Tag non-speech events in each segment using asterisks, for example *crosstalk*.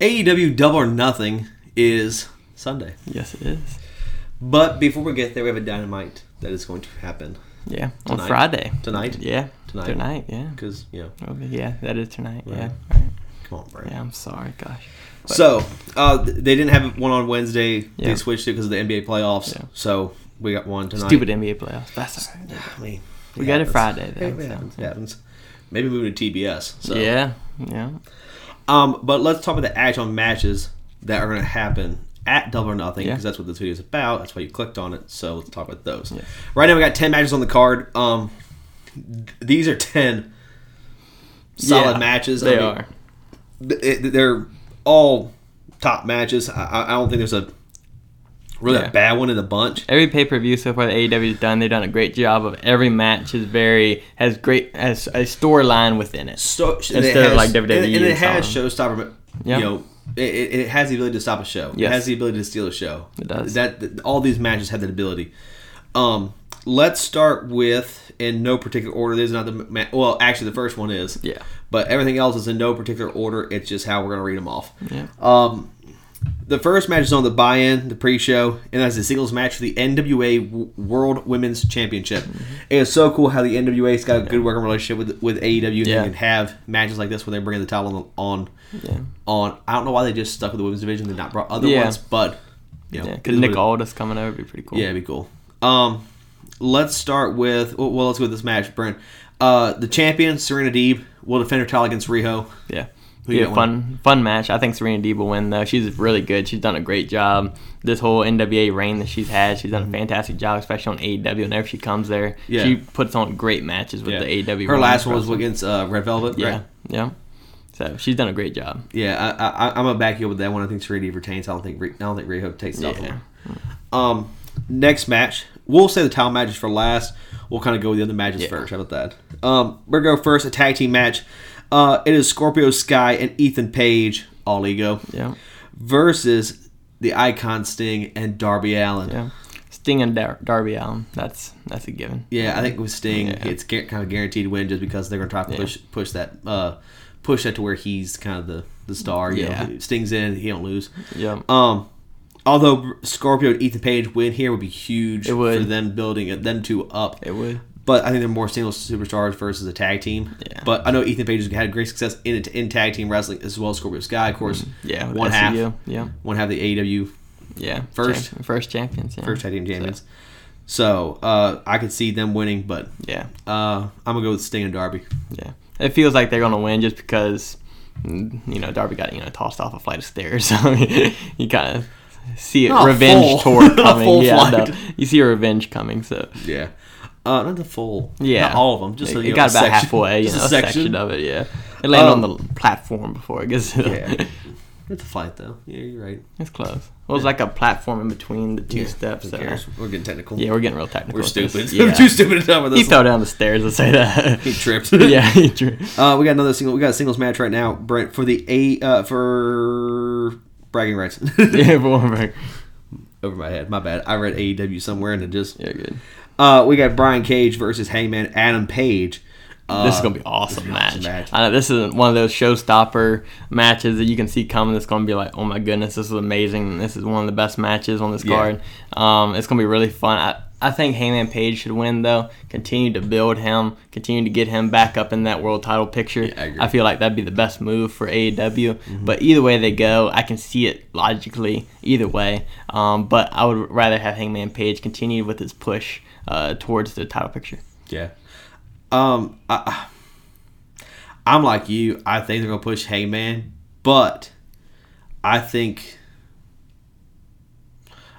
AEW E Double or Nothing is Sunday. Yes, it is. But before we get there, we have a dynamite that is going to happen Yeah, Tonight. on Friday. tonight. Yeah, Tonight. Tonight, yeah. Because, you know, Well, yeah, that is tonight. Yeah, Right. All right. come on, bro. yeah. I'm sorry, gosh. But- So uh, th- they didn't have one on Wednesday. They Yeah. switched it because of the NBA playoffs. Yeah. So we got one tonight. stupid NBA playoffs. That's all right. *sighs* I mean, We got it happens. Friday, though, It so. happens. It happens. Maybe moving to TBS. So. Yeah, yeah. Um, but let's talk about the actual matches that are going to happen at Double or Nothing Yeah. because that's what this video is about. That's why you clicked on it. So let's talk about those. Yeah. Right now we got ten matches on the card. Um, th- these are ten solid Yeah, matches. They I mean, are. th- it- they're all top matches. I- I, I don't think there's a really Yeah. a bad one in the bunch. Every pay per view so far that AEW's done, they've done a great job of every match is very has great has a storyline within it. So Instead of, like, WWE and, and it and has showstopper. um, Yeah. You know, it, it it has the ability to stop a show. Yes. It has the ability to steal a show. It does. That, that all these matches have that ability. Um, let's start with in no particular order. There's not the ma- well, actually, the first one is. Yeah. But everything else is in no particular order. It's just how we're gonna read them off. Yeah. Um, the first match is on the buy-in, the pre-show, and that's the singles match for the NWA W- World Women's Championship. Mm-hmm. It is so cool how the NWA's got a good working relationship with with AEW. and Yeah. They can have matches like this where they bring the title on Yeah. on. I don't know why they just stuck with the women's division. They not brought other Yeah. ones, but you know, Yeah, it because is Nick what it- Aldis coming over would be pretty cool. yeah, it'd be cool. Um, let's start with well, well, let's go with this match, Brent. Uh, the champion Serena Deeb will defend her title against Riho. Yeah. you Yeah, got fun fun match. I think Serena Deeb will win though. She's really good. She's done a great job. This whole NWA reign that she's had, she's done a fantastic job, especially on AEW. Whenever she comes there, Mm-hmm. Yeah. she puts on great matches with Yeah. the AEW. Her women's last one was wrestling. against uh, Red Velvet. yeah, right? yeah. So she's done a great job. Yeah, I, I, I'm gonna back you up with that one. I think Serena retains. I don't think Re- I don't think Riho takes it off Yeah. him. Um, next match, we'll say the title matches for last. We'll kind of go with the other matches Yeah. first. How about that? Um, we're gonna go first a tag team match. Uh, it is Scorpio Sky and Ethan Page, all ego, Yeah, versus the Icon Sting and Darby Allen. Yeah, yeah. Sting and Dar- Darby Allen. That's that's a given. I think with Sting, Yeah. it's gu- kind of guaranteed win just because they're gonna try to Yeah. push push that uh, push that to where he's kind of the the star. You Yeah. know, Sting's in, he don't lose. Yeah, Um, although Scorpio and Ethan Page win here would be huge It would. for them building them two up. it would. But I think they're more single superstars versus a tag team. Yeah. But I know Ethan Page has had great success in in tag team wrestling as well as Scorpio Sky, of course. Yeah, with one half, SCU. Yeah, one half the AEW yeah. First- Champ- first champions. Yeah. first tag team champions. So uh, I could see them winning, but Yeah, uh, I'm gonna go with Sting and Darby. yeah. It feels like they're gonna win just because mm, you know Darby got you know tossed off a flight of stairs. *laughs* So you kind of see it Not a revenge full- *laughs* tour not a coming. full yeah, flight. no, you see a revenge coming. So Yeah. Uh, not the full. yeah, Not all of them. Just it, so it you know, got about a section. halfway. You Just know, a section. of it. Yeah, it landed Um, on the platform before it gets. Yeah. It's a fight though. Yeah, you're right. *laughs* It's close. Well, it's like a platform in between the two Yeah, steps. Who so- cares? We're getting technical. Yeah, we're getting real technical. We're with this. stupid. *laughs* Yeah. We're too stupid to talk about he this. fell down the stairs. Let's say that. He tripped. *laughs* yeah, he drew. Uh, we got another single. We got a singles match right now, Brent, for the a uh, for bragging rights. Yeah, but one break. *laughs* Over my head. My bad. I read AEW somewhere and it just. Yeah, good. Uh, we got Brian Cage versus Hangman Adam Page. Uh, This is gonna be awesome match. awesome match. I know this is one of those showstopper matches that you can see coming. It's gonna be like, oh my goodness, this is amazing. This is one of the best matches on this Yeah. card. Um, it's gonna be really fun. I, I think Heyman Page should win though. Continue to build him. Continue to get him back up in that world title picture. I agree. Mm-hmm. feel like that'd be the best move for AEW. But either way they go, I can see it logically either way. Um, but I would rather have Hangman Page continue with his push uh, towards the title picture. Yeah. Um, I, I'm like you. I think they're gonna push Hangman, but I think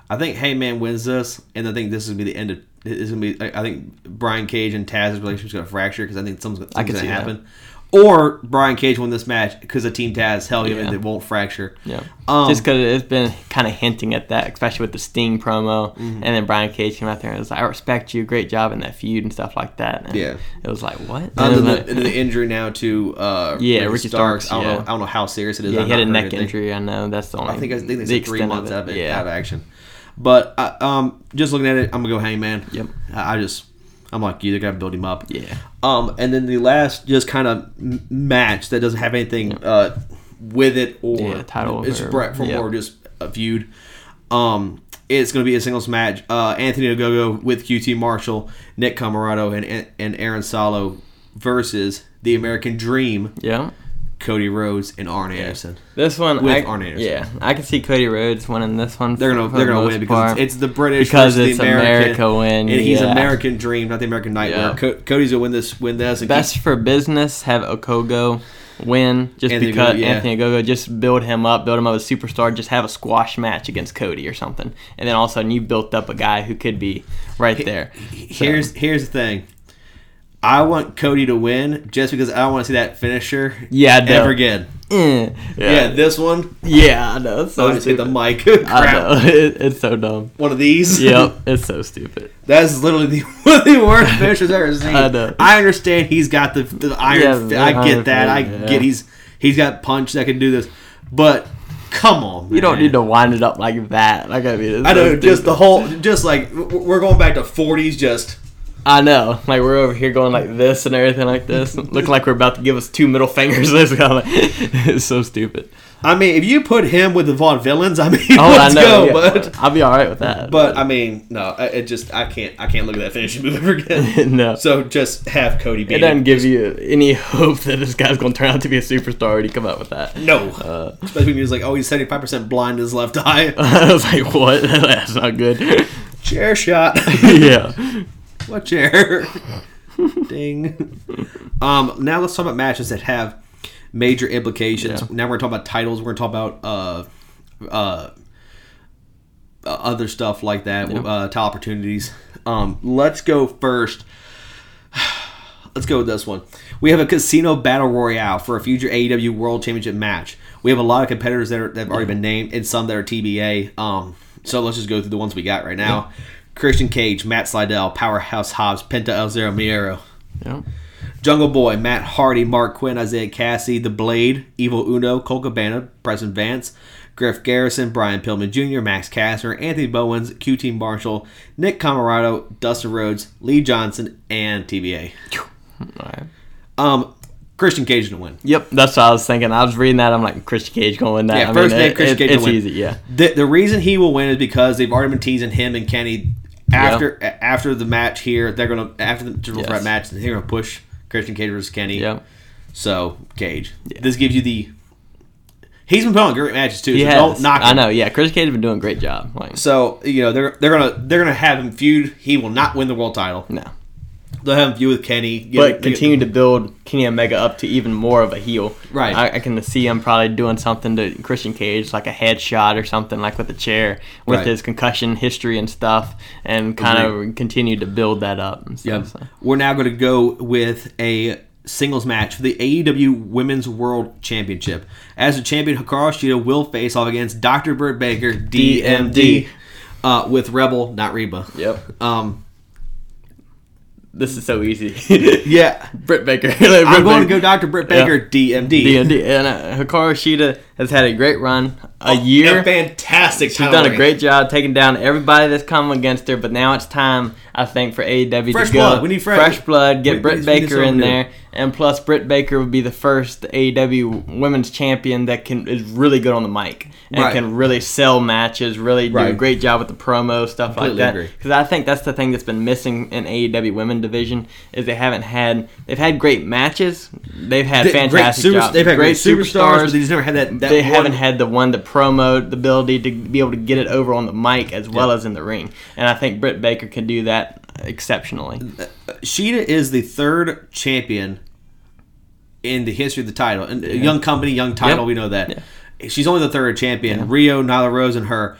I think Hangman wins this, and I think this is gonna be the end of. It's gonna be. I I think Brian Cage and Taz's relationship's gonna fracture because I think something's, something's I could gonna see that. happen. Or Brian Cage won this match because of Team Taz. Hell, even Yeah. it won't fracture. Yeah. Um, Just because it's been kind of hinting at that, especially with the Sting promo. Mm-hmm. And then Brian Cage came out there and was like, I respect you. Great job in that feud and stuff like that. And Yeah. It was like, what? Other And than it was the, like- the injury now to uh, Yeah, Ricky Starks, I don't know. yeah. I don't know how serious it is. yeah, I've he had a not heard neck anything. injury. I know. That's the only I think I think they the said three extent months out of, it, Yeah. out of action. But I, um, just looking at it, I'm gonna go Hangman. Yep. I I just I'm like you. They gotta build him up. Yeah. Um, and then the last just kind of match that doesn't have anything uh with it or Yeah, title it's or- Brett from yeah. or just a feud. Um, it's going to be a singles match. Uh, Anthony Ogogo with QT Marshall, Nick Camarado, and and Aaron Salo versus the American Dream, Yeah. Cody Rhodes and Arn Anderson. This one, With I, Arn Anderson. Yeah, I can see Cody Rhodes winning this one. They're gonna for they're the gonna most win because part. it's, it's the British Because versus it's the American, America and win, he's yeah. American Dream, not the American Nightmare. Yeah. Co- Cody's gonna win this win this and best for business have Okogo win just Anthony because Ogogo, yeah. Anthony Ogogo just build him up, build him up as a superstar, just have a squash match against Cody or something, and then all of a sudden you built up a guy who could be right there. *laughs* So, Here's here's the thing. I want Cody to win just because I don't want to see that finisher Yeah, I know. ever again. eh, Yeah, yeah, this one. yeah, I know. It's I so just hit the stupid. mic. *laughs* I Crap. know. *laughs* It, it's so dumb. One of these. *laughs* Yep, it's so stupid. *laughs* That's literally the, *laughs* one of the worst finishers I've ever seen. I know. I understand he's got the, the Yeah, iron. fi- the I iron get that. I fist, yeah. get he's he's got punch that can do this. But come on, You don't man. need to wind it up like that. Like I mean, it's I so know. Just stupid. the whole. Just like w- we're going back to forties. Just I know. Like we're over here going like this and everything like *laughs* this. Look like we're about to give us two middle fingers. *laughs* This guy, like, it's so stupid. I mean, if you put him with the Von Villains, I *laughs* mean, *laughs* Oh, let's I know. go, yeah. bud. I'll be all right with that. But I mean, no, I- it just I can't I can't look at that finishing move ever *laughs* again. *laughs* no, So just have Cody beat it doesn't give you any hope that this guy's gonna turn out to be a superstar when you come out with that. No, Uh. especially when he was like, oh, he's seventy five percent blind in his left *laughs* eye. *laughs* I was like, what? *laughs* That's not good. chair shot. yeah. what chair? *laughs* Ding. Um. Now let's talk about matches that have major implications. Yeah. Now we're talking about titles. We're gonna talk about uh, uh, uh, other stuff like that. Uh, title opportunities. Um. Let's go first. Let's go with this one. We have a casino battle royale for a future AEW World Championship match. We have a lot of competitors that, are, that have already been named and some that are TBA. Um, so let's just go through the ones we got right now. Christian Cage, Matt Slidell, Powerhouse Hobbs, Penta El Zero Miero, Yeah. Jungle Boy, Matt Hardy, Mark Quinn, Isaiah Cassie, The Blade, Evil Uno, Cole Cabana, Preston Vance, Griff Garrison, Brian Pillman Jr., Max Kastner, Anthony Bowens, QT Marshall, Nick Camarado, Dustin Rhodes, Lee Johnson, and TBA. All right. Um, Christian Cage to win. Yep, that's what I was thinking. I was reading that. I'm like, Christian Cage gonna win that. Yeah, I first name it- Christian it- Cage will It's win. easy. Yeah. The the reason he will win is because they've already been teasing him and Kenny after a- after the match here. They're gonna after the triple Yes. threat match, they're gonna push Christian Cage versus Kenny. Yeah. So Cage, this gives you the. He's been putting on great matches too. so Yes, don't knock. Him. I know. Yeah, Christian Cage has been doing a great job. Like, So you know they're they're gonna they're gonna have him feud. He will not win the world title. no. They'll have him feud with Kenny. Get- but get- continue to build Kenny Omega up to even more of a heel. Right. I, I can see him probably doing something to Christian Cage, like a headshot or something, like with a chair, with Right. his concussion history and stuff, and kind of continue to build that up. And stuff, so. We're now going to go with a singles match for the AEW Women's World Championship. As the champion, Hikaru Shida will face off against Dr. Britt Baker, DMD, DMD. uh, with Rebel, not Reba. Yep. Um, This is so easy. *laughs* yeah, Britt Baker. Like, Britt I'm going to go Baker. Dr. Britt Baker, DMD. DMD. And uh, Hikaru Shida has had a great run. Oh, A year. A fantastic She's done a great job taking down everybody that's come against her, but now it's time, I think, for AEW Fresh to go blood. We need fresh- blood. Get we- we Britt just need Baker someone in new. there, and plus Britt Baker would be the first AEW Women's Champion that can is really good on the mic and Right. can really sell matches, really do a Right. great job with the promo stuff Completely like agree. that. Because I think that's the thing that's been missing in AEW Women division is they haven't had they've had great matches, they've had Great fantastic super- jobs, They've had great superstars, but they've never had that. that they one- haven't had the one to promote the ability to be able to get it over on the mic as well as in the ring. And I think Britt Baker can do that exceptionally. Sheeta is the third champion in the history of the title. And a young company, young title, Yep. we know that. She's only the third champion. Rio, Nyla Rose, and her.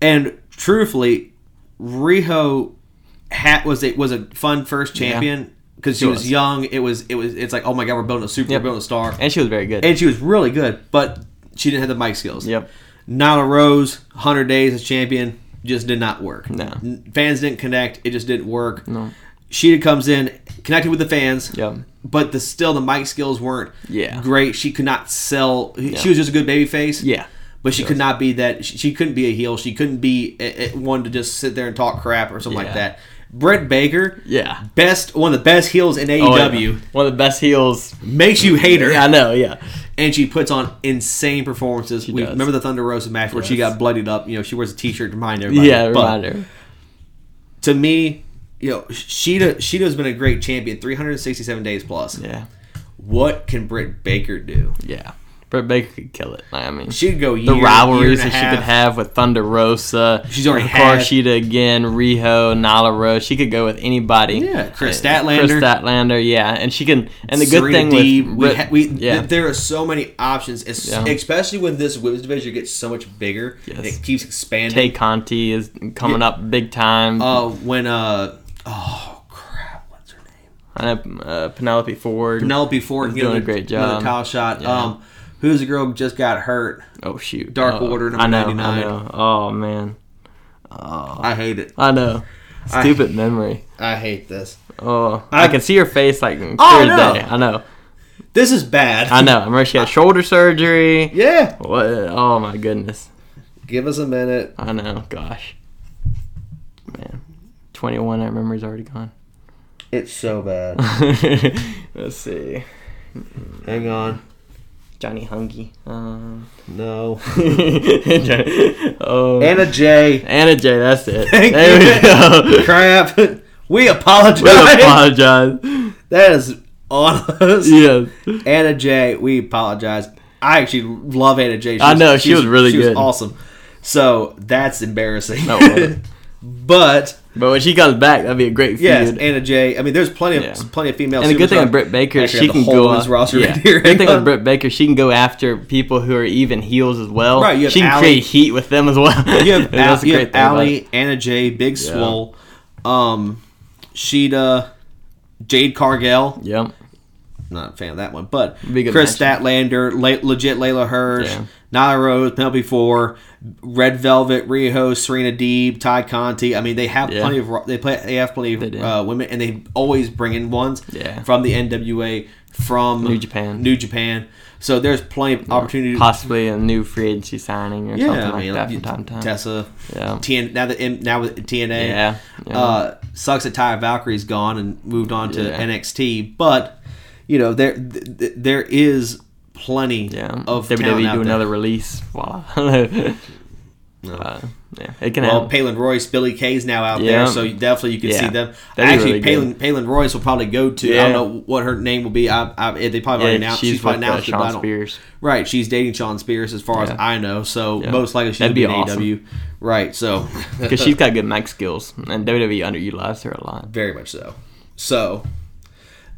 And truthfully, Rio hat was a was a fun first champion because she She was, was. young. It was it was it's like oh my god, we're building a super, we're building a star, And she was very good. and she was really good, but she didn't have the mic skills. Yep. Nyla Rose, 100 days as champion, just did not work. No. N- Fans didn't connect. It just didn't work. No. Sheeta comes in, connected with the fans. Yep. But the still the mic skills weren't Yeah. great. She could not sell. She was just a good baby face. Yeah. But she could not be that. She, she couldn't be a heel. She couldn't be a, a- one to just sit there and talk crap or something like Yeah. that. Brett Baker, Yeah. best one of the best heels in Oh, yeah. AEW, One of the best heels. makes you hate her, Yeah, I know. Yeah. and she puts on insane performances. we does. remember the Thunder Rosa match where she Yes. got bloodied up. You know, she wears a T-shirt to remind everybody. Yeah. But Reminder. to me, you know, Sheeta Sheeta's been a great champion, 367 days plus. Yeah. What can Britt Baker do? Yeah. Brett Baker could kill it. I mean, She'd go year, the rivalries year that and a she could half. have with Thunder Rosa. She's already of had- course, Sheeta again, Riho, Nala Rose. She could go with anybody. Yeah, Chris Uh, Statlander. Chris Statlander, yeah. And she can. And the good Serena thing Deeb, with. we, Brit- ha- we th- yeah. there are so many options, es- Yeah. especially when this women's division gets so much bigger. Yes. and it keeps expanding. Tay Conti is coming up big time. uh, when uh, oh crap, what's her name? I know uh, Penelope Ford. Penelope Ford Is doing another- a great Another job. towel shot. Yeah. Um, who's the girl who just got hurt? oh shoot, Dark Oh, Order, number I know, 99. I know. Oh man, oh, I hate it. I know. Stupid memory. I hate this. Oh, I, I- Oh, can see her face like clear I as know. day. I know, This is bad. I know. I remember she had shoulder surgery. Yeah. What? Oh my goodness. Give us a minute. I know. Gosh, man, twenty-one. I remember is already gone. *laughs* It's so bad. Let's see, Hang on. Johnny Hungy. *laughs* Um, No. um, *laughs* Anna J. Anna J. *laughs* That's it. Thank there you. we *laughs* go. Crap. We apologize. We apologize. That is on us. Yes. Anna J. We apologize. I actually love Anna J. She I know, she was really she good. Was awesome. So that's embarrassing. No, it wasn't. *laughs* but But when she comes back, that'd be a great feud. yes, Anna J. I mean, there's plenty of Yeah. plenty of female. and the good thing superstars. with Britt Baker is Actually, she I have can the whole go women's roster yeah. right here. Good Hang *laughs* thing with on. Britt Baker, she can go after people who are even heels as well. Right, you have she can Ally- create heat with them as well. You *laughs* have, That's Al- the you great have thing about it. Allie, Anna J, Big Swole, um, Sheeta, Jade Cargill. Yep. Not a fan of that one, but Be a good Chris Statlander, Le- legit Layla Hirsch, Yeah. Nyla Rose, Penelope Four, Red Velvet, Riho, Serena Deeb, Ty Conti. I mean, they have Yeah. plenty of ro- they play they have plenty They do. of uh, women, and they always bring in ones Yeah. from the NWA, from New Japan. New Japan. So there's plenty of opportunity. Possibly a new free agency signing or something like that you- from time to time. Tessa, Yeah. TN, now that M- now with TNA, Yeah, yeah. Uh, sucks that Ty Valkyrie's gone and moved on to Yeah. NXT, but you know there th- th- there is plenty yeah. of talent WWE out do there. another release. Voila. *laughs* uh, yeah. It can Well, happen. Palin Oh, Royce, Billy Kay's now out Yeah. there, so you- definitely you can Yeah. see them. That'd be Actually, really Palin, Palin Royce will probably go to. I don't Yeah. know what her name will be. I, I, they probably already announced. She's, probably with, uh, announced. it, but I Sean don't- *laughs* Spears. Right, she's dating Sean Spears, as far as Yeah. I know. So Yeah. most likely she'll That'd be, be in awesome. AEW. Right, so *laughs* because she's got good mic skills, and WWE underutilized her a lot. very much so. So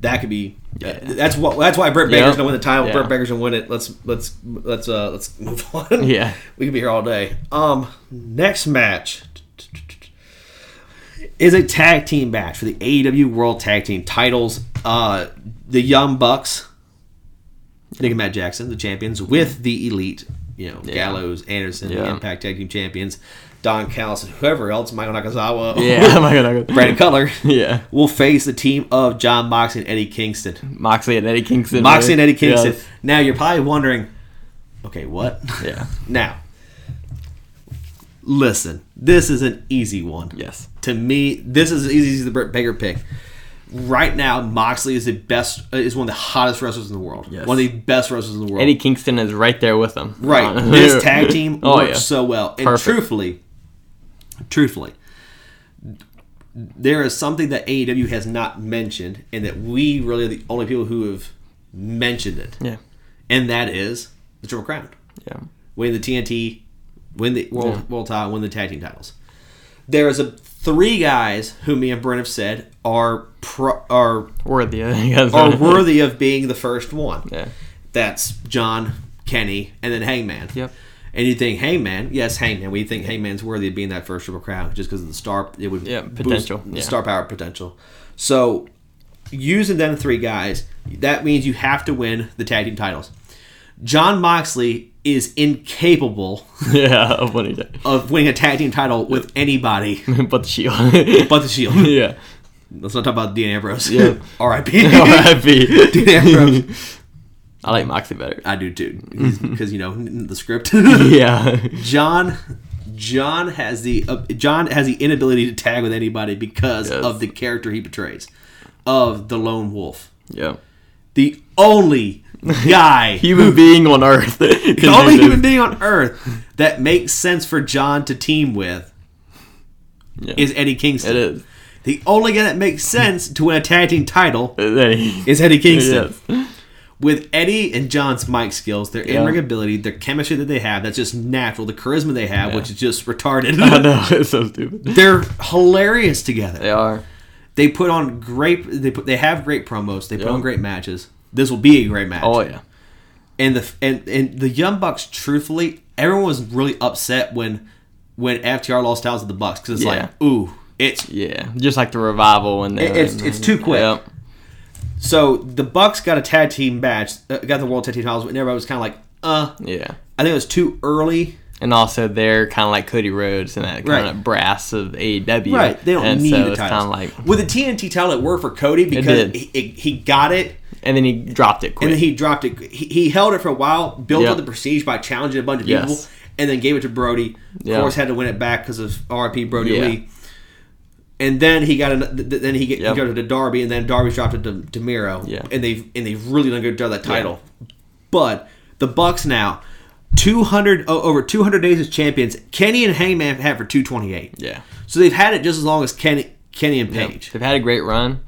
that could be. uh, Yeah. That's what. That's why Britt Baker's Yep. gonna win the title. Yeah. Britt Baker's gonna win it. Let's let's let's uh let's move *laughs* on. Yeah. we could be here all day. Um, next match is a tag team match for the AEW World Tag Team Titles. Uh, the Young Bucks, Nick and Matt Jackson, the champions, with the Elite, you know, Gallows, Anderson, the Yeah. Impact Tag Team champions, Don Callis, and whoever else, Michael Nakazawa, *laughs* *laughs* Yeah, my God, Brandon Cutler, Yeah, will face the team of John Moxley and Eddie Kingston. Moxley and Eddie Kingston. Moxley and right? Eddie Kingston. Yes. Now you're probably wondering, okay, what? *laughs* Yeah. Now, listen, this is an easy one. Yes. To me, this is as easy as the Britt Baker pick. Right now, Moxley is the best, uh, is one of the hottest wrestlers in the world. Yes. One of the best wrestlers in the world. Eddie Kingston is right there with them. Right. Uh, *laughs* This tag team Oh, works yeah. so well. And Perfect. truthfully, truthfully, there is something that AEW has not mentioned, and that we really are the only people who have mentioned it. Yeah. And that is the Triple Crown. Yeah. Win the TNT, win the World, world title, win the tag team titles. There is a three guys who me and Brent have said are pro, are Worthy. Yes. *laughs* are Oh, worthy of being the first one. Yeah. *laughs* That's John, Kenny, and then Hangman. Yep. And you think Hangman? Yes, Hangman. We think Hangman's worthy of being that first triple crown just because of the star. It would Yeah, boost potential, the yeah. star power potential. So using them three guys, that means you have to win the tag team titles. John Moxley is incapable *laughs* Yeah. Of winning *laughs* that. of winning a tag team title with anybody *laughs* But the *laughs* Shield. but the Shield. *laughs* yeah. Let's not talk about Dean Ambrose. *laughs* Yeah. *laughs* R.I.P. Dean R.I.P. Ambrose. I *laughs* like Moxley better. I do too, because you know the script. Yeah. John John has the uh, John has the inability to tag with anybody because Yes. of the character he portrays of the lone wolf, Yeah. the *laughs* only guy, Human being *laughs* on Earth. the only human *laughs* being on Earth that makes sense for John to team with Yeah. is Eddie Kingston. It is. The only guy that makes sense to win a tag team title That he- is Eddie Kingston. Yes. With Eddie and John's mic skills, their Yeah. in ring ability, their chemistry that they have, that's just natural, the charisma they have, which is just I *laughs* retarded. *laughs* know. It's so stupid. They're hilarious together. They are. They put on great they put they have great promos, they put Yeah. on great matches. This will be a great match. Oh, yeah. And the and, and the Young Bucks truthfully, everyone was really upset when when FTR lost titles to the Bucks cuz it's Yeah. like, ooh, it's Yeah. Just like the revival and the. It- it's- it's too quick. Yep. so the Bucks got a tag team match, uh, got the world tag team titles, and everybody was kind of like, uh, Yeah. I think it was too early. And also, they're kind of like Cody Rhodes and that kind Right. of brass of AEW. Right. They don't and need so the it's titles. kind of like, With the TNT title, it worked for Cody because did. he, it- he got it and then he dropped it quick. and then he dropped it. He, he held it for a while, built Yeah. up the prestige by challenging a bunch of Yes. people, and then gave it to Brody. Of Yeah. course, had to win it back because of RIP Brody Yeah. Lee. And then he got an, th- th- then he, get, Yep. he got it to Darby, and then Darby's dropped it to, to Miro. Yeah. And they've and they've really done a good job of that title. But the Bucks now, two hundred over two hundred days as champions. Kenny and Hangman have had for two twenty eight. yeah. So they've had it just as long as Kenny Kenny and Yep. Page. They've had a great run.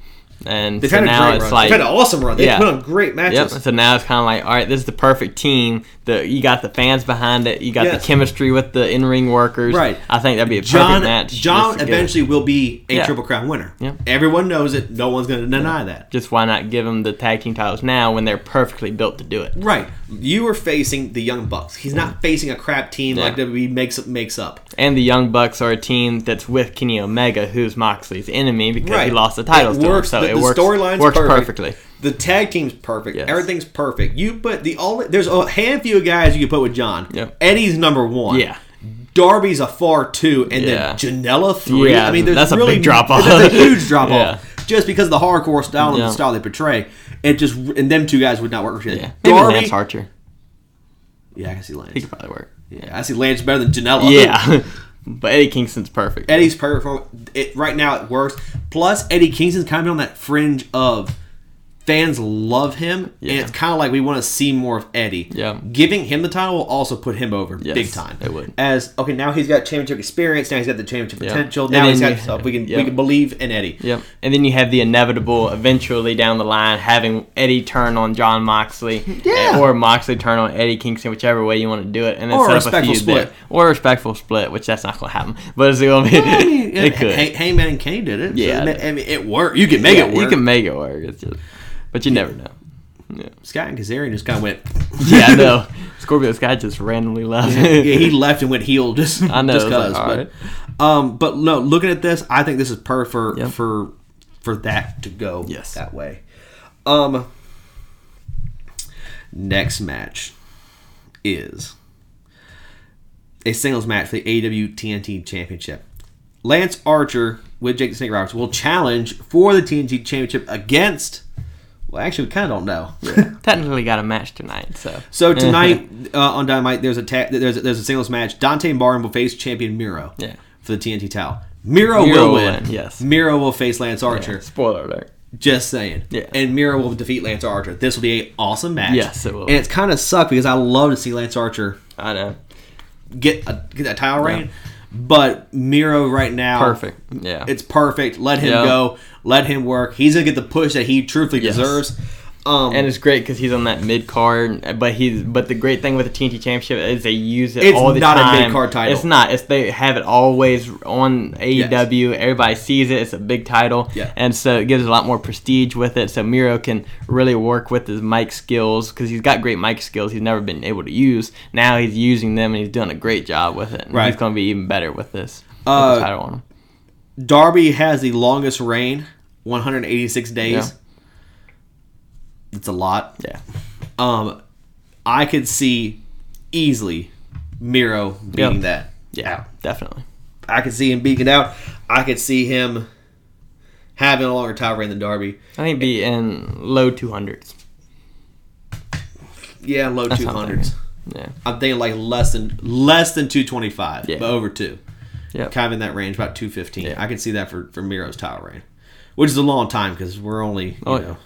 And They've so had a now great it's run. like. they've had an awesome run. They've Yeah. put on great Yep. matches. So now it's kind of like, all right, this is the perfect team. The you got the fans behind it. You got Yes. the chemistry with the in-ring workers. Right. I think that'd be a perfect John match. John just to get- eventually will be a Yeah. triple crown winner. Yeah. Everyone knows it. No one's going to deny that. Just why not give them the tag team titles now when they're perfectly built to do it? Right. You are facing the Young Bucks. He's not facing a crap team Yeah. like WWE makes up makes up. And the Young Bucks are a team that's with Kenny Omega, who's Moxley's enemy because he Right. lost the titles. It to him. works. So The- it the works. storyline's works perfect. perfectly. The tag team's perfect. Yes. Everything's perfect. You put the only there's a handful of guys you can put with John. Yeah. Eddie's number one. Yeah. Darby's a far two, and Yeah. then Janela three. Yeah, I mean, there's that's a really, big *laughs* drop-off. That's a huge drop *laughs* Yeah. off. Just because of the hardcore style and Yeah. the style they portray, it just and them two guys would not work for each Yeah. other. Maybe Darby, Lance Archer. yeah, I can see Lance. He could probably work. Yeah, I see Lance better than Janela. Yeah. *laughs* but Eddie Kingston's perfect. Eddie's perfect form. It, right now it works. Plus, Eddie Kingston's kind of on that fringe of fans love him, Yeah. and it's kind of like we want to see more of Eddie. Yeah. Giving him the title will also put him over Yes, big time. it would. As okay, now he's got championship experience. Now he's got the championship Yeah. potential. And Now then he's got you- stuff. We can yeah. we can believe in Eddie. Yep. And then you have the inevitable eventually down the line having Eddie turn on *laughs* John Moxley. Yeah. Or Moxley turn on Eddie Kingston, whichever way you want to do it. And then Or a set up respectful a feud there. split. Or a respectful split, which that's not going to happen. But it's going to be. I mean, *laughs* it could. Hey, Heyman and Kane did it. So, Yeah. I mean- I mean, it worked. You can make Yeah, it work. You can make it work. It's just, but you never know. Scott and Kazarian just kind of went. Yeah, I *laughs* know. Scorpio Sky just randomly left. *laughs* yeah, he left and went heel just I know, just it's like, 'cause, all but, right. um, but no, looking at this, I think this is perfect for Yep. for for that to go Yes. that way. Um, next match is a singles match for the AW TNT Championship. Lance Archer with Jake the Snake Roberts will challenge for the TNT Championship against. Well, actually, we kind of don't know. Technically got a match tonight, so. *laughs* So tonight uh, on Dynamite, there's a ta- there's a, there's a singles match. Dante Martin will face champion Miro Yeah. for the TNT title. Miro, Miro will will win. win, yes. Miro will face Lance Archer. Spoiler alert. Just saying. Yeah. And Miro will defeat Lance Archer. This will be a awesome match. Yes, it will. And it's kind of sucked because I love to see Lance Archer I know. get a, get that title reign, but Miro right now Perfect. Yeah. It's perfect. Let him Yeah. go. Let him work. He's gonna get the push that he truthfully Yes. deserves. Um, and it's great because he's on that mid card, but he's but the great thing with the TNT Championship is they use it It's all the not a time. mid-card title. It's not. It's they have it always on AEW. Everybody sees it. It's a big title, Yeah. and so it gives a lot more prestige with it. So Miro can really work with his mic skills because he's got great mic skills. He's never been able to use. Now he's using them and he's doing a great job with it. And Right. He's going to be even better with this. with the Uh, title on him. Darby has the longest reign, 186 days. Yeah. It's a lot. Yeah. Um, I could see easily Miro beating Yeah. that. Yeah. out. Definitely. I could see him beating it out. I could see him having a longer title reign than Darby. I think it'd be in low two hundreds. Yeah, low what I'm 200s. *laughs* Yeah. I'm thinking like less than less than 225, Yeah. but over two. Yep. Kind of in that range, about 215. Yeah. I can see that for for Miro's tile reign, which is a long time because we're only you Oh, yeah. know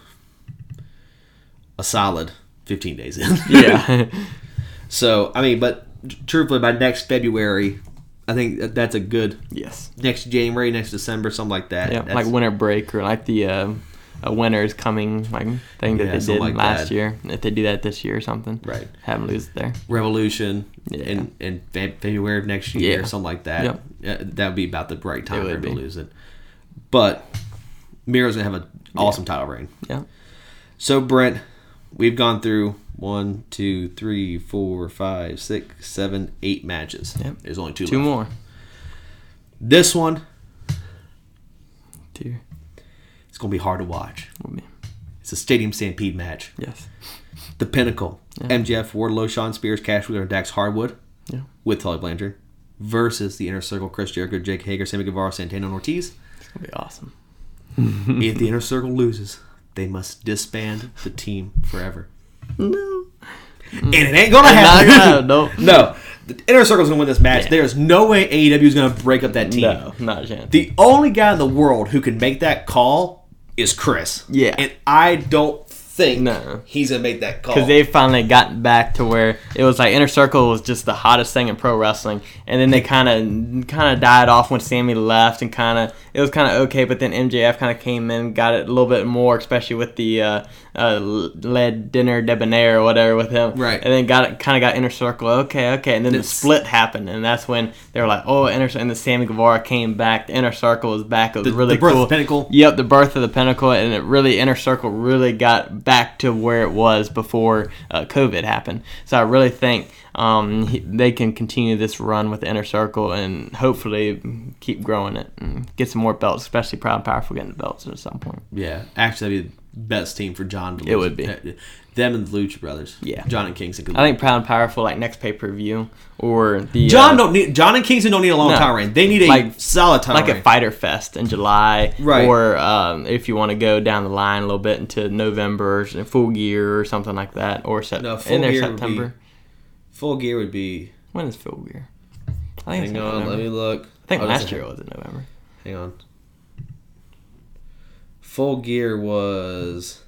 a solid 15 days in. *laughs* yeah. *laughs* so I mean, but truthfully, by next February, I think that- that's a good yes. next January, next December, something like that. Yeah. That's- Like winter break or like the uh, a winter is coming like thing that Yeah, they something did like last that. year. If they do that this year or something, Right. Have them lose it there. Revolution Yeah. in, in Fe- February of next year, Yeah. something like that. Yep. Yeah, that would be about the right time It for would him to be. lose it. But Miro's going to have an awesome title reign. Yeah. So, Brent, we've gone through one, two, three, four, five, six, seven, eight matches. Yep. There's only two, Two left. more. This one, Two. it's going to be hard to watch. Will be- It's a Stadium Stampede match. Yes. The Pinnacle. Yeah. MJF, Wardlow, Sean Spears, Cash Wheeler, and Dax Hardwood Yeah. with Tully Blanchard versus the Inner Circle, Chris Jericho, Jake Hager, Sammy Guevara, Santana, and Ortiz. It's gonna *laughs* be awesome. if the Inner Circle loses, they must disband the team forever. No. And it ain't gonna Not happen. gonna, *laughs* nope. no. The Inner Circle's gonna win this match. Yeah. There's no way AEW is gonna break up that team. No. Not a chance. The only guy in the world who can make that call is Chris. Yeah. And I don't think No. he's gonna make that call. because they finally gotten back to where it was like inner circle was just the hottest thing in pro wrestling, and then they kind of kind of died off when Sammy left, and kind of it was kind of okay, but then MJF kind of came in, got it a little bit more, especially with the uh, uh, lead dinner debonair or whatever with him, Right. And then got kind of got inner circle, okay, okay, and then It's- the split happened, and that's when they were like, oh, inner, Cir- and the Sammy Guevara came back, the inner circle was back, it was the, really the birth cool. of Pinnacle. Yep, the birth of the Pinnacle, and it really inner circle really got back to where it was before uh, COVID happened. So I really think um, he, they can continue this run with the inner circle and hopefully keep growing it and get some more belts, especially Proud and Powerful getting the belts at some point. Yeah, actually, that'd be the best team for John. To It would be. them and the Lucha Brothers. Yeah. John and Kingston. Could I think Proud and Powerful like next pay per view or the John uh, don't need John and Kingston don't need a long No. time reign. They need a Like- solid time like reign. a fighter fest in July, Right. Or um, if you want to go down the line a little bit into November, or full gear or something like that, or sep- No, Full in there Gear would be- September. Full gear would be. When is Phil Weir? I think, it's Hang in on, November. let me look. I think Oh, that's last it. year was in November. Hang on. Full gear was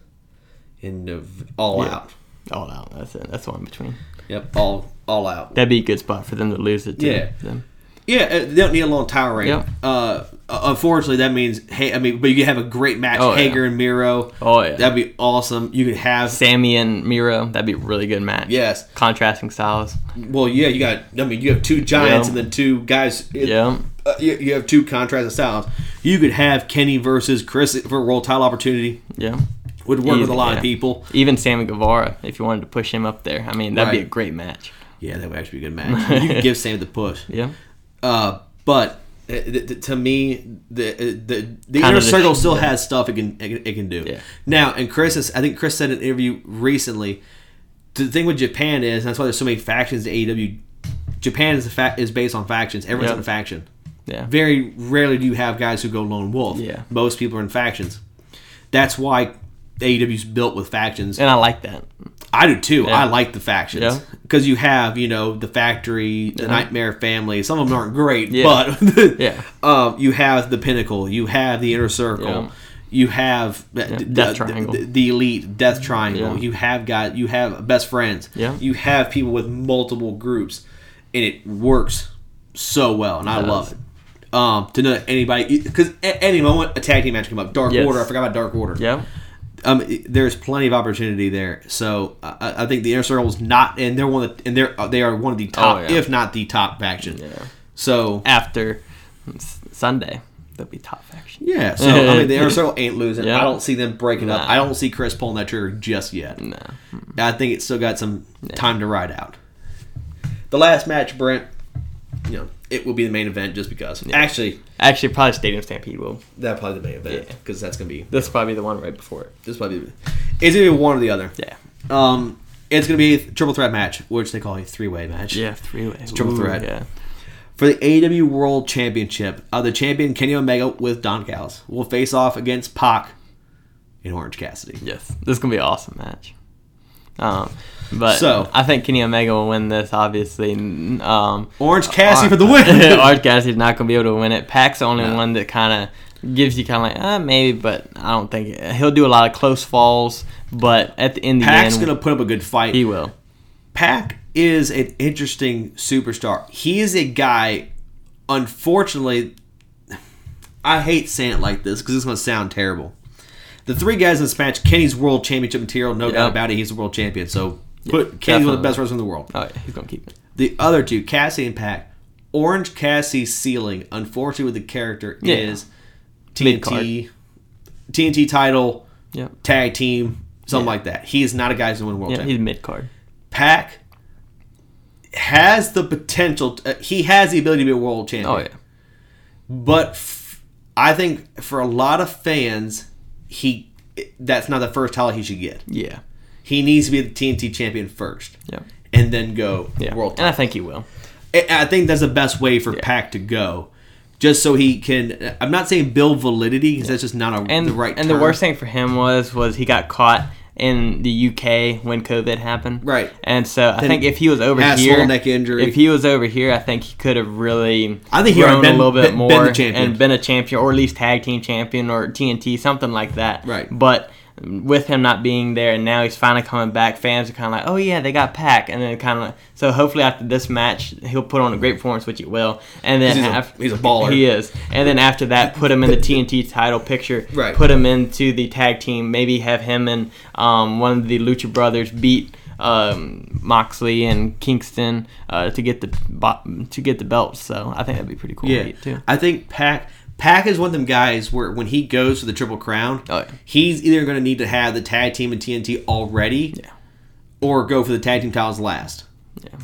in Nov- all Yeah. out. Oh no, that's it. That's the one in between. Yep, all all out. That'd be a good spot for them to lose it. To Yeah. Them. Yeah, uh, they don't need a long tower reign. Yep. Uh, unfortunately, that means hey, I mean, but you could have a great match, Oh, yeah. Hager and Miro. Oh yeah. That'd be awesome. You could have Sammy and Miro. That'd be a really good match. yes. Contrasting styles. Well, yeah, you got. I mean, you have two giants Yeah. and then two guys. It- Yeah. uh, you, you have two contrasting styles. You could have Kenny versus Chris for a world title opportunity. Yeah. Would work with a Easy, lot yeah. of people. Even Sammy Guevara, if you wanted to push him up there. I mean, that'd be Right. a great match. Yeah, that would actually be a good *laughs* match. you could give Sam the push. Yeah. Uh, but uh, th- th- to me, the the the Kind inner of the- circle still has stuff it can it can, it can do. Yeah. Now, and Chris is. I think Chris said in an interview recently. The thing with Japan is that's why there's so many factions in AEW. Japan is a fa- is based on factions. Everyone's Yeah. in a faction. Yeah. very rarely do you have guys who go lone wolf. Yeah. Most people are in factions. That's why AEW's built with factions. And I like that. I do too. Yeah. I like the Yeah. Uh-huh. factions because you have, you know, the factory, the nightmare family. Some of them aren't great, Yeah. but *laughs* Yeah. um, you have the pinnacle, you have the inner circle, Yeah. you have the, Death the- Triangle. the, the elite death triangle. Yeah. You have got you have best friends. Yeah. you have people with multiple groups, and it works so well, and I does. love it. Um, to know that anybody because at any moment a tag team match came up. Dark Yes. Order. I forgot about Dark Order Yeah. um, it- there's plenty of opportunity there. So I- I, I think the inner circle is not, and they're one of the, and they're uh, they are one of the top, Oh, yeah. if not the top faction. Yeah. So After S- Sunday, that'd be top faction. yeah, so I mean the inner circle ain't losing. *laughs* Yeah. I don't see them breaking up. Nah. I don't see Chris pulling that trigger just yet. No. I think it's still got some time to ride out. The last match, Brent, you know, it will be the main event just because. Actually, Actually, probably Stadium Stampede will. that probably the main event Yeah. because that's gonna be This will probably be the one right before it. this probably it's gonna be one or the other. Yeah. Um, it's gonna be a triple threat match, which they call a three way match. Yeah. Three way. triple Ooh, threat. Yeah. for the AEW World Championship. Uh, the champion Kenny Omega with Don Callis will face off against Pac in Orange Cassidy. Yes, this is gonna be an awesome match. Um, but So- I think Kenny Omega will win this, obviously. N- Um, Orange Cassie Ar- for the *laughs* win. Orange Cassidy's not going to be able to win it. Pac's the only No. one that kind of gives you kind of like, uh, maybe, but I don't think he'll do a lot of close falls. But at the end, Pac's of the end, gonna put up a good fight. he will. Pac is an interesting superstar. He is a guy, unfortunately, I hate saying it like this because it's going to sound terrible. The three guys in this match, Kenny's world championship material, no doubt Yep. about it. He's the world champion. So put Kenny's one of definitely. the best wrestlers in the world. Oh, yeah, he's going to keep it. The other two, Cassie and Pac, Orange Cassie's ceiling, unfortunately, with the character, Yeah. is Mid-card. TNT, TNT title, Yep. tag team, something like that. He is not a guy who's going to win world Yeah, championship. he's mid card. Pac has the potential. To, uh, he has the ability to be a world champion. Oh yeah, But f- I think for a lot of fans, he that's not the first title he should get. yeah, He needs to be the TNT champion first, yeah, and then go yeah. world. and I title. think he will. And I think that's the best way for Pac to go. Just so he can, I'm not saying build validity because that's just not a, And the right. and term. the worst thing for him was was he got caught in the UK when COVID happened. Right. And so I Then think if he was over had a here, small neck injury. if he was over here, I think he could have really I think he grown would've been- a little bit been- more been the champion. and been a champion or at least tag team champion or TNT something like that. Right. But with him not being there and now he's finally coming back, fans are kind of like, oh yeah, they got Pac, and then kind of so hopefully after this match he'll put on a great performance, which he will, and then He's a- af- he's a baller. He is, and then after that, put him in the TNT title picture. Right. Put him into the tag team. Maybe have him and um, one of the Lucha Brothers beat um, Moxley and Kingston uh, to get the bo- to get the belt. So I think that'd be pretty cool. to Yeah, get, too. I think Pac Pac is one of them guys where when he goes to the Triple Crown, Oh, yeah. he's either going to need to have the tag team and TNT already, or go for the tag team titles last.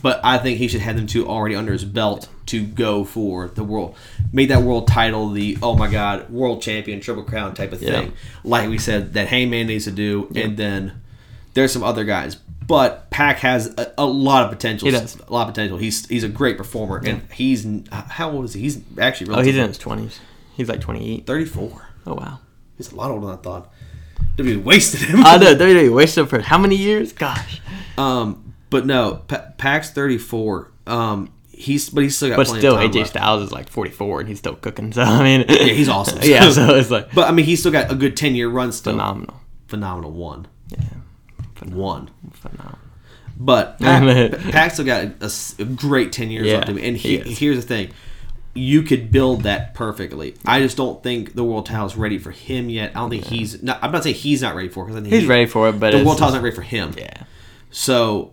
But I think he should have them two already under his belt to go for the world, make that world title the oh my god world champion Triple Crown type of Yeah. thing, like we said that Heyman needs to do, and then there's some other guys. But Pac has a, a lot of potential. He does. A lot of potential. He's he's a great performer, and he's how old is he? He's actually Oh, really he's in his twenties. He's like twenty eight. 34. Oh wow. Uh, He's a lot older than I thought. WWE wasted him. I know WWE wasted him E for how many years? Gosh. um, *laughs* but no, pa- Pac's 34. Um, he's but he's still got. But plenty still, of time AJ left. Styles is like forty four and he's still cooking. *laughs* So I mean, yeah, he's awesome. *laughs* yeah, so it's like But I mean, he's still got a good 10 year run. Still phenomenal. phenomenal one. Yeah, One. phenomenal. *laughs* But Pac, Pac still got a, s- a great 10 years Yeah, left of him. And he he, is. here's the thing. You could build that perfectly. I just don't think the world title's ready for him yet. I don't think he's. Not, I'm not saying he's not ready for. Because He's ready for it, but The it's world title's just- not ready for him. yeah. So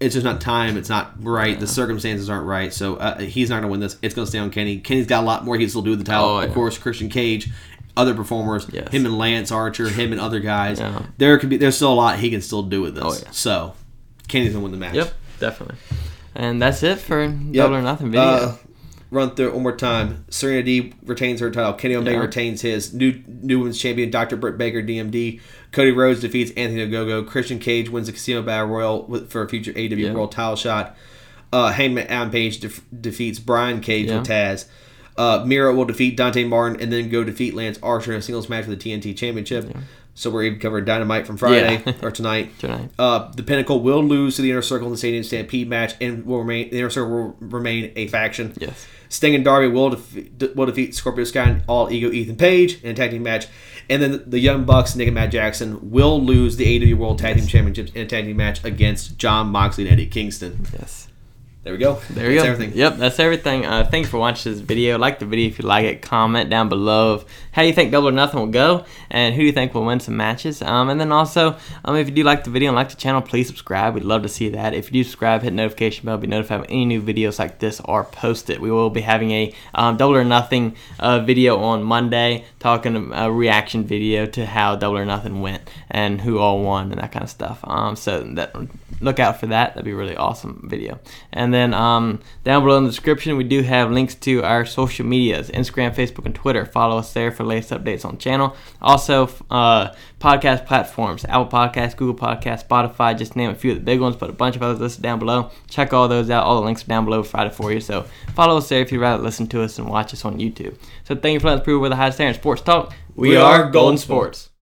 it's just not time. It's not right. The circumstances aren't right. So uh, he's not going to win this. It's going to stay on Kenny. Kenny's got a lot more he can still do with the title. Oh, Of yeah. course, Christian Cage, other performers, Yes. him and Lance Archer, him and other guys. Yeah. There could be. There's still a lot he can still do with this. Oh, yeah. So Kenny's going to win the match. Yep, definitely. And that's it for Yep. Double or Nothing video. Uh, run through it one more time. Serena D retains her title. Kenny Omega Yeah. retains his. New New Women's Champion Dr. Britt Baker DMD. Cody Rhodes defeats Anthony Ogogo. Christian Cage wins the Casino Battle Royal with, for a future AW Yeah. World title shot. Uh, Hangman Adam Page def- defeats Brian Cage with Taz. Uh, Miro will defeat Dante Martin and then go defeat Lance Archer in a singles match for the TNT Championship. So we're even covering Dynamite from Friday Yeah. *laughs* or tonight. Tonight. Uh, the Pinnacle will lose to the Inner Circle in the Stadium Stampede match, and will remain the Inner Circle will remain a faction. Yes. Sting and Darby will defeat, will defeat Scorpio Sky and All Ego Ethan Page in a tag team match, and then the Young Bucks Nick and Matt Jackson will lose the AW World Tag Team Championships in a tag team match against John Moxley and Eddie Kingston. Yes. There we go. There you That's go. Everything. Yep, that's everything. Uh, thank you for watching this video. Like the video if you like it. Comment down below of how you think Double or Nothing will go and who do you think will win some matches. Um, and then also, um, if you do like the video and like the channel, please subscribe. We'd love to see that. If you do subscribe, hit notification bell, be notified when any new videos like this are posted. We will be having a um, Double or Nothing uh, video on Monday, talking a reaction video to how Double or Nothing went and who all won and that kind of stuff. Um, so that look out for that. That'd be a really awesome video. And then um, down below in the description, we do have links to our social medias Instagram, Facebook, and Twitter. Follow us there for latest updates on the channel. Also, f- uh, podcast platforms Apple Podcasts, Google Podcasts, Spotify, just to name a few of the big ones, but a bunch of others listed down below. Check all those out. All the links are down below Friday for you. So follow us there if you'd rather listen to us and watch us on YouTube. So thank you for letting us prove we're the highest standard in sports talk. We are Golden Sports.